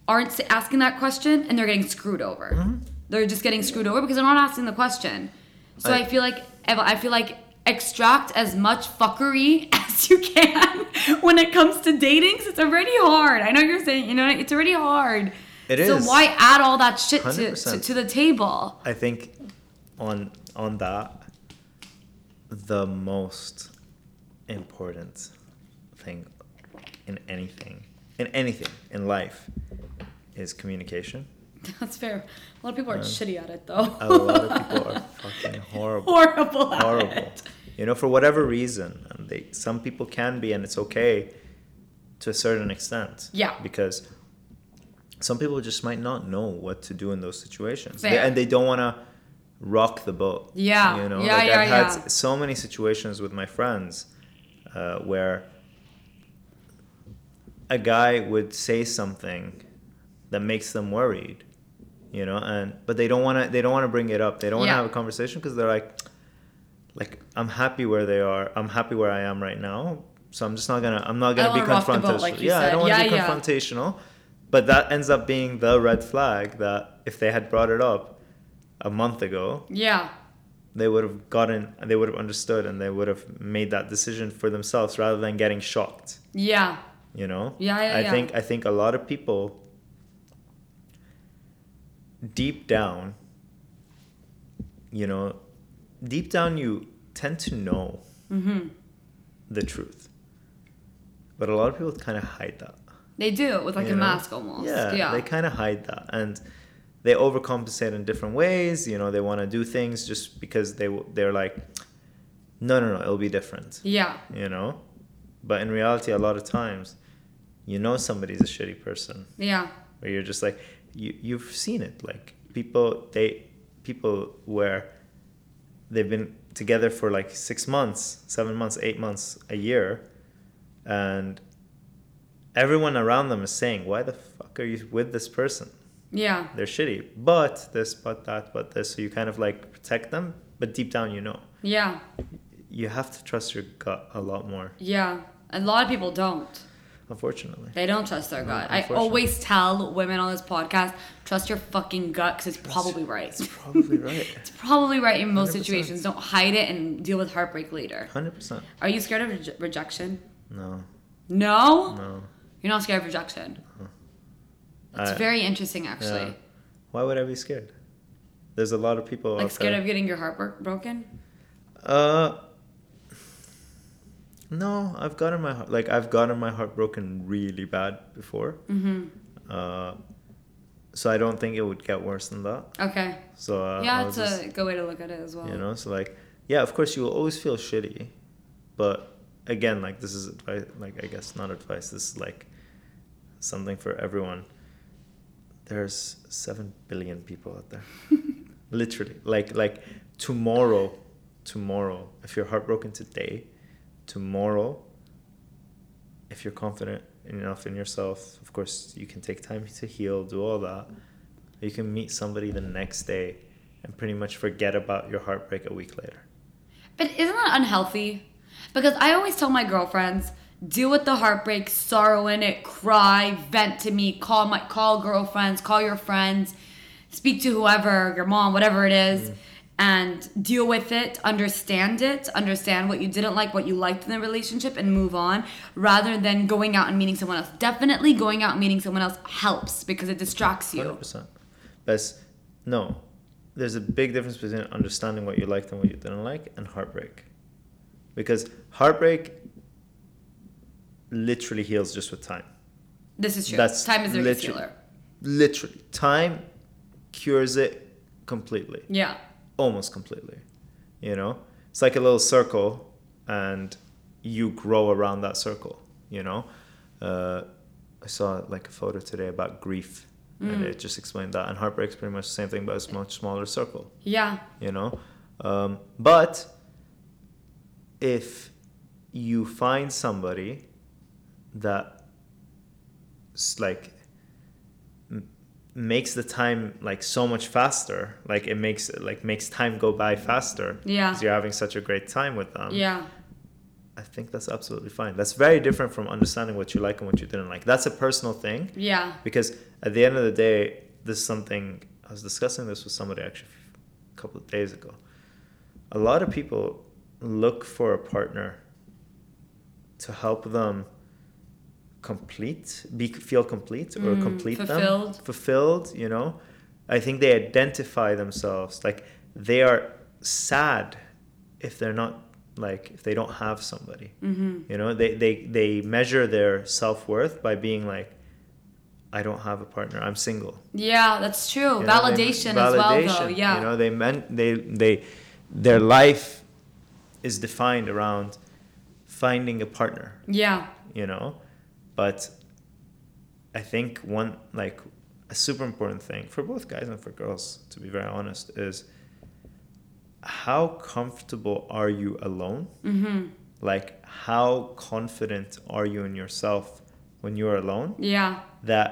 [SPEAKER 3] aren't s- asking that question, and they're getting screwed over. They're just getting screwed over because they're not asking the question. So I,
[SPEAKER 4] I-
[SPEAKER 3] feel like Eva, I feel like extract as much fuckery as you can when it comes to dating. 'cause it's already hard. I know you're saying, you know, it's already hard.
[SPEAKER 4] It
[SPEAKER 3] So
[SPEAKER 4] is.
[SPEAKER 3] why add all that shit to, to,
[SPEAKER 4] 100%.
[SPEAKER 3] to the table.
[SPEAKER 4] I think on on that the most important thing in anything in anything in life is communication.
[SPEAKER 3] That's fair. A lot of people are shitty at it though.
[SPEAKER 4] A lot of people are fucking horrible.
[SPEAKER 3] horrible at
[SPEAKER 4] horrible.
[SPEAKER 3] it.
[SPEAKER 4] You know, for whatever reason, and they some people can be, and it's okay to a certain extent.
[SPEAKER 3] Yeah.
[SPEAKER 4] Because some people just might not know what to do in those situations, They-
[SPEAKER 3] Fair.
[SPEAKER 4] and they don't want to rock the boat.
[SPEAKER 3] Yeah.
[SPEAKER 4] You know,
[SPEAKER 3] Yeah,
[SPEAKER 4] like
[SPEAKER 3] yeah,
[SPEAKER 4] I've had
[SPEAKER 3] yeah.
[SPEAKER 4] s- so many situations with my friends uh, where a guy would say something that makes them worried you know and but they don't want to they don't want to bring it up they don't want to
[SPEAKER 3] Yeah.
[SPEAKER 4] have a conversation because they're like like i'm happy where they are i'm happy where i am right now so i'm just not gonna i'm not gonna
[SPEAKER 3] don't
[SPEAKER 4] be
[SPEAKER 3] wanna rock the boat,
[SPEAKER 4] confrontational
[SPEAKER 3] like you
[SPEAKER 4] yeah i
[SPEAKER 3] said.
[SPEAKER 4] don't want to
[SPEAKER 3] Yeah,
[SPEAKER 4] be
[SPEAKER 3] yeah.
[SPEAKER 4] confrontational but that ends up being the red flag that if they had brought it up a month ago
[SPEAKER 3] Yeah.
[SPEAKER 4] they would have gotten they would have understood and they would have made that decision for themselves rather than getting shocked
[SPEAKER 3] Yeah.
[SPEAKER 4] you know
[SPEAKER 3] Yeah, yeah,
[SPEAKER 4] i
[SPEAKER 3] yeah.
[SPEAKER 4] think i think a lot of people deep down you know deep down you tend to know
[SPEAKER 3] Mm-hmm.
[SPEAKER 4] the truth but a lot of people kind of hide that
[SPEAKER 3] They do it with like
[SPEAKER 4] you
[SPEAKER 3] a
[SPEAKER 4] know?
[SPEAKER 3] mask almost.
[SPEAKER 4] yeah,
[SPEAKER 3] Yeah.
[SPEAKER 4] they kind of hide that and they overcompensate in different ways you know they want to do things just because they w- they're like no no no it'll be different
[SPEAKER 3] yeah.
[SPEAKER 4] you know but in reality a lot of times you know somebody's a shitty person
[SPEAKER 3] Yeah.
[SPEAKER 4] where you're just like you you've seen it like people they people where they've been together for like 6 months 7 months 8 months a year and everyone around them is saying why the fuck are you with this person
[SPEAKER 3] Yeah.
[SPEAKER 4] they're shitty but this but that but this so you kind of like protect them but deep down you know
[SPEAKER 3] Yeah.
[SPEAKER 4] you have to trust your gut a lot more
[SPEAKER 3] Yeah. A lot of people don't.
[SPEAKER 4] unfortunately
[SPEAKER 3] They don't trust their gut. I
[SPEAKER 4] unfortunately.
[SPEAKER 3] always tell women on this podcast, trust your fucking gut because it's probably right.
[SPEAKER 4] It's probably right.
[SPEAKER 3] It's probably right in most
[SPEAKER 4] 100%.
[SPEAKER 3] situations. Don't hide it and deal with heartbreak later.
[SPEAKER 4] Hundred percent.
[SPEAKER 3] Are you scared of reje- rejection?
[SPEAKER 4] No,
[SPEAKER 3] No?
[SPEAKER 4] no.
[SPEAKER 3] You're not scared of rejection. It's
[SPEAKER 4] I-
[SPEAKER 3] very interesting,
[SPEAKER 4] yeah.
[SPEAKER 3] actually.
[SPEAKER 4] Why would I be scared? There's a lot of people.
[SPEAKER 3] Like
[SPEAKER 4] out
[SPEAKER 3] scared
[SPEAKER 4] there-
[SPEAKER 3] of getting your heart bro- broken?
[SPEAKER 4] Uh. No, I've gotten my heart like I've gotten my heart broken really bad before. Mm-hmm. Uh, so I don't think it would get worse than that.
[SPEAKER 3] Okay.
[SPEAKER 4] So uh,
[SPEAKER 3] yeah,
[SPEAKER 4] I'll
[SPEAKER 3] it's
[SPEAKER 4] just-
[SPEAKER 3] a good way to look at it as well.
[SPEAKER 4] you know so like yeah of course you will always feel shitty but again like this is advice like i guess not advice this is like something for everyone there's 7 billion people out there literally like like tomorrow tomorrow if you're heartbroken today tomorrow if you're confident enough in yourself of course you can take time to heal do all that you can meet somebody the next day and pretty much forget about your heartbreak a week later
[SPEAKER 3] But isn't that unhealthy? Because I always tell my girlfriends, deal with the heartbreak, sorrow in it, cry, vent to me, call my call girlfriends, call your friends, speak to whoever, your mom, whatever it
[SPEAKER 4] Mm.
[SPEAKER 3] is, and deal with it, understand it, understand what you didn't like, what you liked in the relationship, and move on. Rather than going out and meeting someone else. Definitely going out and meeting someone else helps because it distracts you.
[SPEAKER 4] 100% but it's- no there's a big difference between understanding what you liked and what you didn't like and heartbreak because heartbreak literally heals just with time
[SPEAKER 3] This is true.
[SPEAKER 4] That's
[SPEAKER 3] Time is a
[SPEAKER 4] literally-
[SPEAKER 3] healer.
[SPEAKER 4] literally time cures it completely
[SPEAKER 3] Yeah.
[SPEAKER 4] almost completely you know it's like a little circle and you grow around that circle you know uh, i saw like a photo today about grief and it just explained that and heartbreak's pretty much the same thing but it's a much smaller circle
[SPEAKER 3] Yeah.
[SPEAKER 4] you know um, but if you find somebody that s- like m- makes the time like so much faster like it makes like makes time go by faster
[SPEAKER 3] Yeah.
[SPEAKER 4] 'cause you're having such a great time with them
[SPEAKER 3] Yeah.
[SPEAKER 4] i think that's absolutely fine that's very different from understanding what you like and what you didn't like that's a personal thing
[SPEAKER 3] Yeah.
[SPEAKER 4] because at the end of the day this is something i was discussing this with somebody actually a couple of days ago a lot of people look for a partner to help them complete be feel complete or complete
[SPEAKER 3] fulfilled.
[SPEAKER 4] them fulfilled you know i think they identify themselves like they are sad if they're not like if they don't have somebody you know they, they they measure their self-worth by being like I don't have a partner. I'm single.
[SPEAKER 3] Yeah, that's true.
[SPEAKER 4] You know, they-
[SPEAKER 3] Oh, validation, as well, though.
[SPEAKER 4] validation,
[SPEAKER 3] Yeah.
[SPEAKER 4] You know, they meant they they their life is defined around finding a partner.
[SPEAKER 3] yeah.
[SPEAKER 4] You know, but I think one like a super important thing for both guys and for girls, to be very honest, is how comfortable are you alone? Mm-hmm. Like, how confident are you in yourself when you're alone?
[SPEAKER 3] Yeah.
[SPEAKER 4] that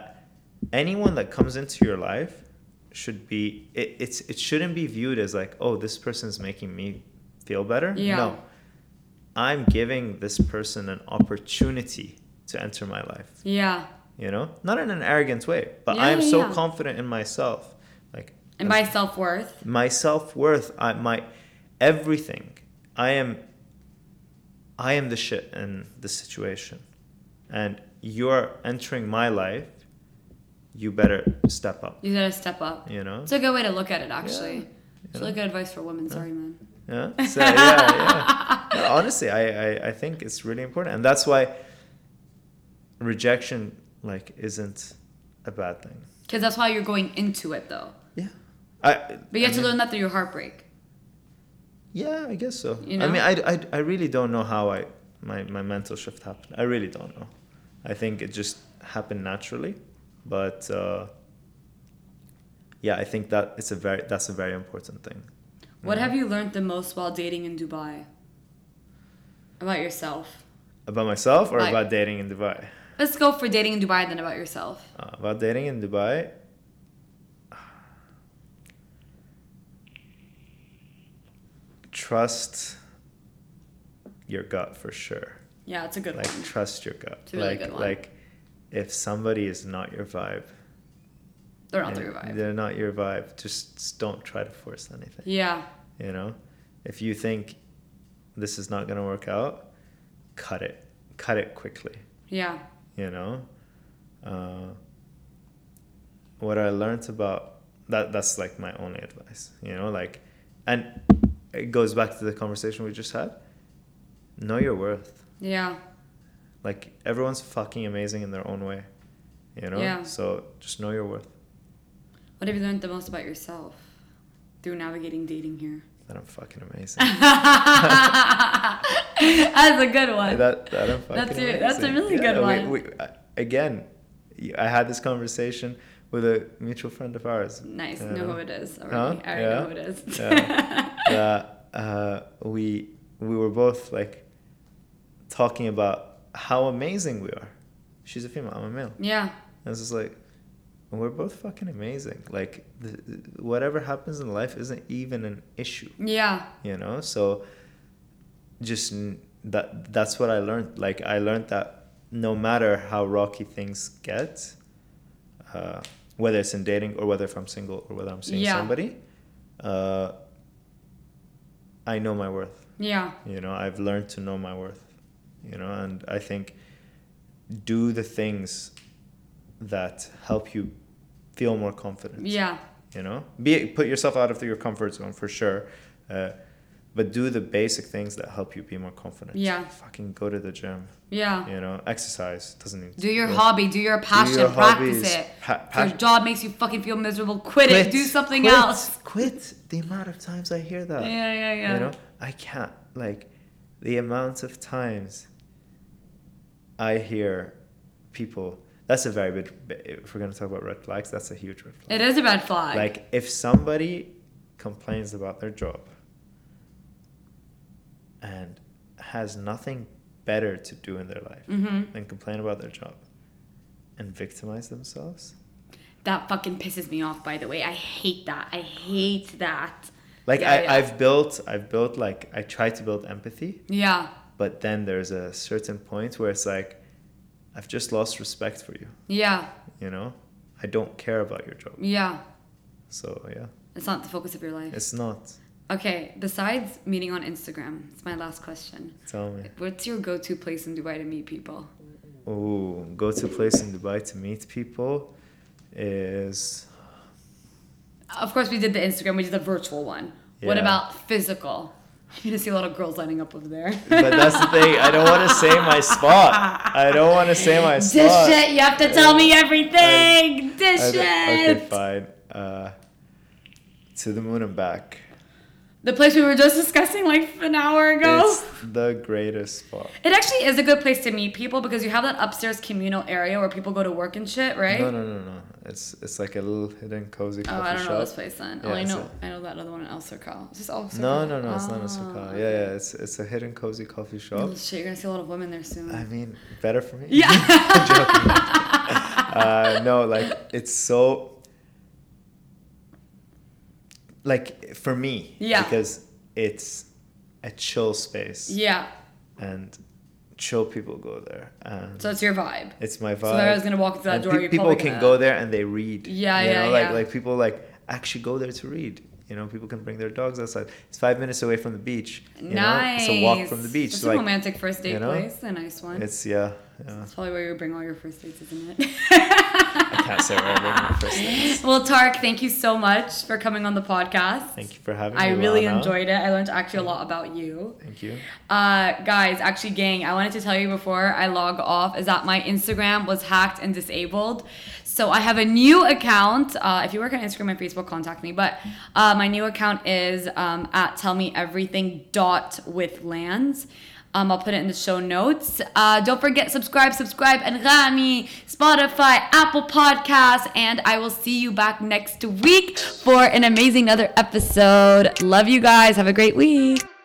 [SPEAKER 4] anyone that comes into your life should be it, it's it shouldn't be viewed as like oh this person's making me feel better
[SPEAKER 3] Yeah.
[SPEAKER 4] no i'm giving this person an opportunity to enter my life
[SPEAKER 3] Yeah.
[SPEAKER 4] you know not in an arrogant way but
[SPEAKER 3] Yeah,
[SPEAKER 4] i am
[SPEAKER 3] yeah,
[SPEAKER 4] so
[SPEAKER 3] yeah.
[SPEAKER 4] confident in myself like
[SPEAKER 3] And
[SPEAKER 4] as-
[SPEAKER 3] my self worth.
[SPEAKER 4] my self-worth I, my everything i am i am the shit in this situation and you're entering my life you better step up
[SPEAKER 3] You gotta step up.
[SPEAKER 4] you know
[SPEAKER 3] It's a good way to look at it, actually.
[SPEAKER 4] Yeah.
[SPEAKER 3] It's really good advice for women. Sorry, man.
[SPEAKER 4] yeah so yeah yeah No, honestly I, I i think it's really important and that's why rejection like isn't a bad thing
[SPEAKER 3] Because that's how you're going into it, though.
[SPEAKER 4] yeah I,
[SPEAKER 3] But you
[SPEAKER 4] I
[SPEAKER 3] have to
[SPEAKER 4] mean-
[SPEAKER 3] learn that through your heartbreak.
[SPEAKER 4] Yeah, I guess so.
[SPEAKER 3] You
[SPEAKER 4] I
[SPEAKER 3] know?
[SPEAKER 4] mean, I, I, I really don't know how I my, my mental shift happened. I really don't know. I think it just happened naturally, but uh, yeah, I think that it's a very that's a very important thing.
[SPEAKER 3] What have you learned the most while dating in Dubai? About yourself.
[SPEAKER 4] About myself or
[SPEAKER 3] Like-
[SPEAKER 4] about dating in Dubai?
[SPEAKER 3] Let's go for dating in Dubai then about yourself.
[SPEAKER 4] Uh, about dating in Dubai. Trust your gut for sure.
[SPEAKER 3] Yeah, it's a good
[SPEAKER 4] like
[SPEAKER 3] one.
[SPEAKER 4] trust your gut
[SPEAKER 3] a really
[SPEAKER 4] like
[SPEAKER 3] good one.
[SPEAKER 4] like if somebody is not your vibe
[SPEAKER 3] They're not
[SPEAKER 4] and
[SPEAKER 3] through vibe.
[SPEAKER 4] they're not your vibe just s- don't try to force anything
[SPEAKER 3] Yeah.
[SPEAKER 4] you know if you think this is not going to work out cut it cut it quickly
[SPEAKER 3] Yeah.
[SPEAKER 4] you know uh, what i learned about that that's like my only advice you know like and it goes back to the conversation we just had know your worth
[SPEAKER 3] Yeah.
[SPEAKER 4] like everyone's fucking amazing in their own way you know
[SPEAKER 3] Yeah.
[SPEAKER 4] so just know your worth
[SPEAKER 3] What have you learned the most about yourself through navigating dating here?
[SPEAKER 4] that i'm fucking amazing
[SPEAKER 3] That's a good one.
[SPEAKER 4] that, that i'm fucking
[SPEAKER 3] That's a- that's a
[SPEAKER 4] amazing.
[SPEAKER 3] really good one.
[SPEAKER 4] we, we, I, again y- i had this conversation with a mutual friend of ours
[SPEAKER 3] nice.
[SPEAKER 4] uh,
[SPEAKER 3] know who it is already.
[SPEAKER 4] huh?
[SPEAKER 3] I already
[SPEAKER 4] Yeah.
[SPEAKER 3] know who it is.
[SPEAKER 4] Yeah. that uh, we we were both like talking about how amazing we are she's a female i'm a male
[SPEAKER 3] yeah.
[SPEAKER 4] And it's just like, we're both fucking amazing. Like, th- whatever happens in life isn't even an issue,
[SPEAKER 3] Yeah.
[SPEAKER 4] you know? So, just n- that that's what I learned. Like, I learned that no matter how rocky things get, uh, whether it's in dating or whether if I'm single or whether I'm seeing
[SPEAKER 3] Yeah.
[SPEAKER 4] somebody, uh, I know my worth
[SPEAKER 3] Yeah.
[SPEAKER 4] you know i've learned to know my worth you know and i think do the things that help you feel more confident
[SPEAKER 3] Yeah.
[SPEAKER 4] you know be put yourself out of your comfort zone for sure uh, but do the basic things that help you be more confident
[SPEAKER 3] Yeah.
[SPEAKER 4] fucking go to the gym
[SPEAKER 3] Yeah.
[SPEAKER 4] you know exercise doesn't need
[SPEAKER 3] Do your
[SPEAKER 4] yeah.
[SPEAKER 3] hobby, do your passion, practice
[SPEAKER 4] hobbies.
[SPEAKER 3] it.
[SPEAKER 4] Pa-
[SPEAKER 3] If
[SPEAKER 4] pa-
[SPEAKER 3] your job makes you fucking feel miserable, quit, it. Do something
[SPEAKER 4] quit,
[SPEAKER 3] else.
[SPEAKER 4] quit the amount of times i hear that
[SPEAKER 3] Yeah, yeah, yeah.
[SPEAKER 4] you know i can't like the amount of times I hear people. That's a very big. If we're gonna talk about red flags, that's a huge red flag.
[SPEAKER 3] It is a red flag.
[SPEAKER 4] Like if somebody complains about their job and has nothing better to do in their life
[SPEAKER 3] Mm-hmm.
[SPEAKER 4] than complain about their job and victimize themselves,
[SPEAKER 3] that fucking pisses me off. By the way, I hate that. I hate that.
[SPEAKER 4] like
[SPEAKER 3] Yeah,
[SPEAKER 4] I,
[SPEAKER 3] yeah.
[SPEAKER 4] I've built, I've built like I try to build empathy.
[SPEAKER 3] Yeah.
[SPEAKER 4] but then there's a certain point where it's like i've just lost respect for you
[SPEAKER 3] Yeah.
[SPEAKER 4] you know i don't care about your job
[SPEAKER 3] Yeah.
[SPEAKER 4] so yeah
[SPEAKER 3] It's not the focus of your life.
[SPEAKER 4] it's not
[SPEAKER 3] Okay. Besides meeting on Instagram, it's my last question.
[SPEAKER 4] tell me
[SPEAKER 3] What's your go-to place in Dubai to meet people?
[SPEAKER 4] Ooh, go to place in dubai to meet people is
[SPEAKER 3] Of course, we did the Instagram, which is the virtual one. What
[SPEAKER 4] Yeah.
[SPEAKER 3] about physical? You're gonna see a lot of girls lining up over there.
[SPEAKER 4] but that's the thing i don't want to say my spot i don't want to say my
[SPEAKER 3] Dish
[SPEAKER 4] spot
[SPEAKER 3] it. You have to tell me everything. Dish
[SPEAKER 4] I
[SPEAKER 3] it.
[SPEAKER 4] don't- okay fine uh to the moon and back
[SPEAKER 3] The place we were just discussing like an hour ago.
[SPEAKER 4] it's the greatest spot
[SPEAKER 3] It actually is a good place to meet people because you have that upstairs communal area where people go to work and shit, right?
[SPEAKER 4] no no no no it's it's like a little hidden cozy
[SPEAKER 3] Oh,
[SPEAKER 4] coffee
[SPEAKER 3] I don't
[SPEAKER 4] shop
[SPEAKER 3] know this place then. oh,
[SPEAKER 4] Yeah,
[SPEAKER 3] I
[SPEAKER 4] it's
[SPEAKER 3] know.
[SPEAKER 4] a-
[SPEAKER 3] I know that other one in El Circal. Is this El Circal?
[SPEAKER 4] No, no, no, it's not a
[SPEAKER 3] Ah.
[SPEAKER 4] sukkah. Yeah, yeah, it's it's a hidden cozy coffee shop.
[SPEAKER 3] Oh, shit, you're gonna see a lot of women there soon.
[SPEAKER 4] I mean, better for me.
[SPEAKER 3] yeah.
[SPEAKER 4] Uh, no, like it's so. Like for me,
[SPEAKER 3] Yeah.
[SPEAKER 4] because it's a chill space,
[SPEAKER 3] yeah.
[SPEAKER 4] and chill people go there, and
[SPEAKER 3] So it's your vibe.
[SPEAKER 4] it's my vibe.
[SPEAKER 3] So I was gonna walk through that
[SPEAKER 4] And
[SPEAKER 3] door.
[SPEAKER 4] pe-
[SPEAKER 3] you're
[SPEAKER 4] people
[SPEAKER 3] probably
[SPEAKER 4] can
[SPEAKER 3] gonna-
[SPEAKER 4] go there and they read.
[SPEAKER 3] Yeah,
[SPEAKER 4] you
[SPEAKER 3] yeah,
[SPEAKER 4] know, like
[SPEAKER 3] yeah.
[SPEAKER 4] like people like actually go there to read. You know, people can bring their dogs outside. It's five minutes away from the beach. You
[SPEAKER 3] Nice.
[SPEAKER 4] Know? It's a walk from the beach.
[SPEAKER 3] It's a
[SPEAKER 4] So, like,
[SPEAKER 3] romantic first date
[SPEAKER 4] you know?
[SPEAKER 3] place. A nice one. It's,
[SPEAKER 4] It's yeah, yeah.
[SPEAKER 3] probably where you bring all your first dates, isn't it?
[SPEAKER 4] I can't say where I'm first dates.
[SPEAKER 3] well, Tark, thank you so much for coming on the podcast.
[SPEAKER 4] Thank you for having
[SPEAKER 3] I
[SPEAKER 4] me.
[SPEAKER 3] really
[SPEAKER 4] Lana.
[SPEAKER 3] enjoyed it. I learned actually a lot about you.
[SPEAKER 4] Thank you.
[SPEAKER 3] Uh, guys, actually, gang, I wanted to tell you before I log off is that my Instagram was hacked and disabled. So I have a new account. Uh, if you work on Instagram and Facebook, contact me. But uh, my new account is um, at tellmeeverything.withlands. Um, I'll put it in the show notes. Uh, don't forget, subscribe, subscribe, and Rami, Spotify, Apple Podcasts, and I will see you back next week for an amazing other episode. Love you guys. Have a great week.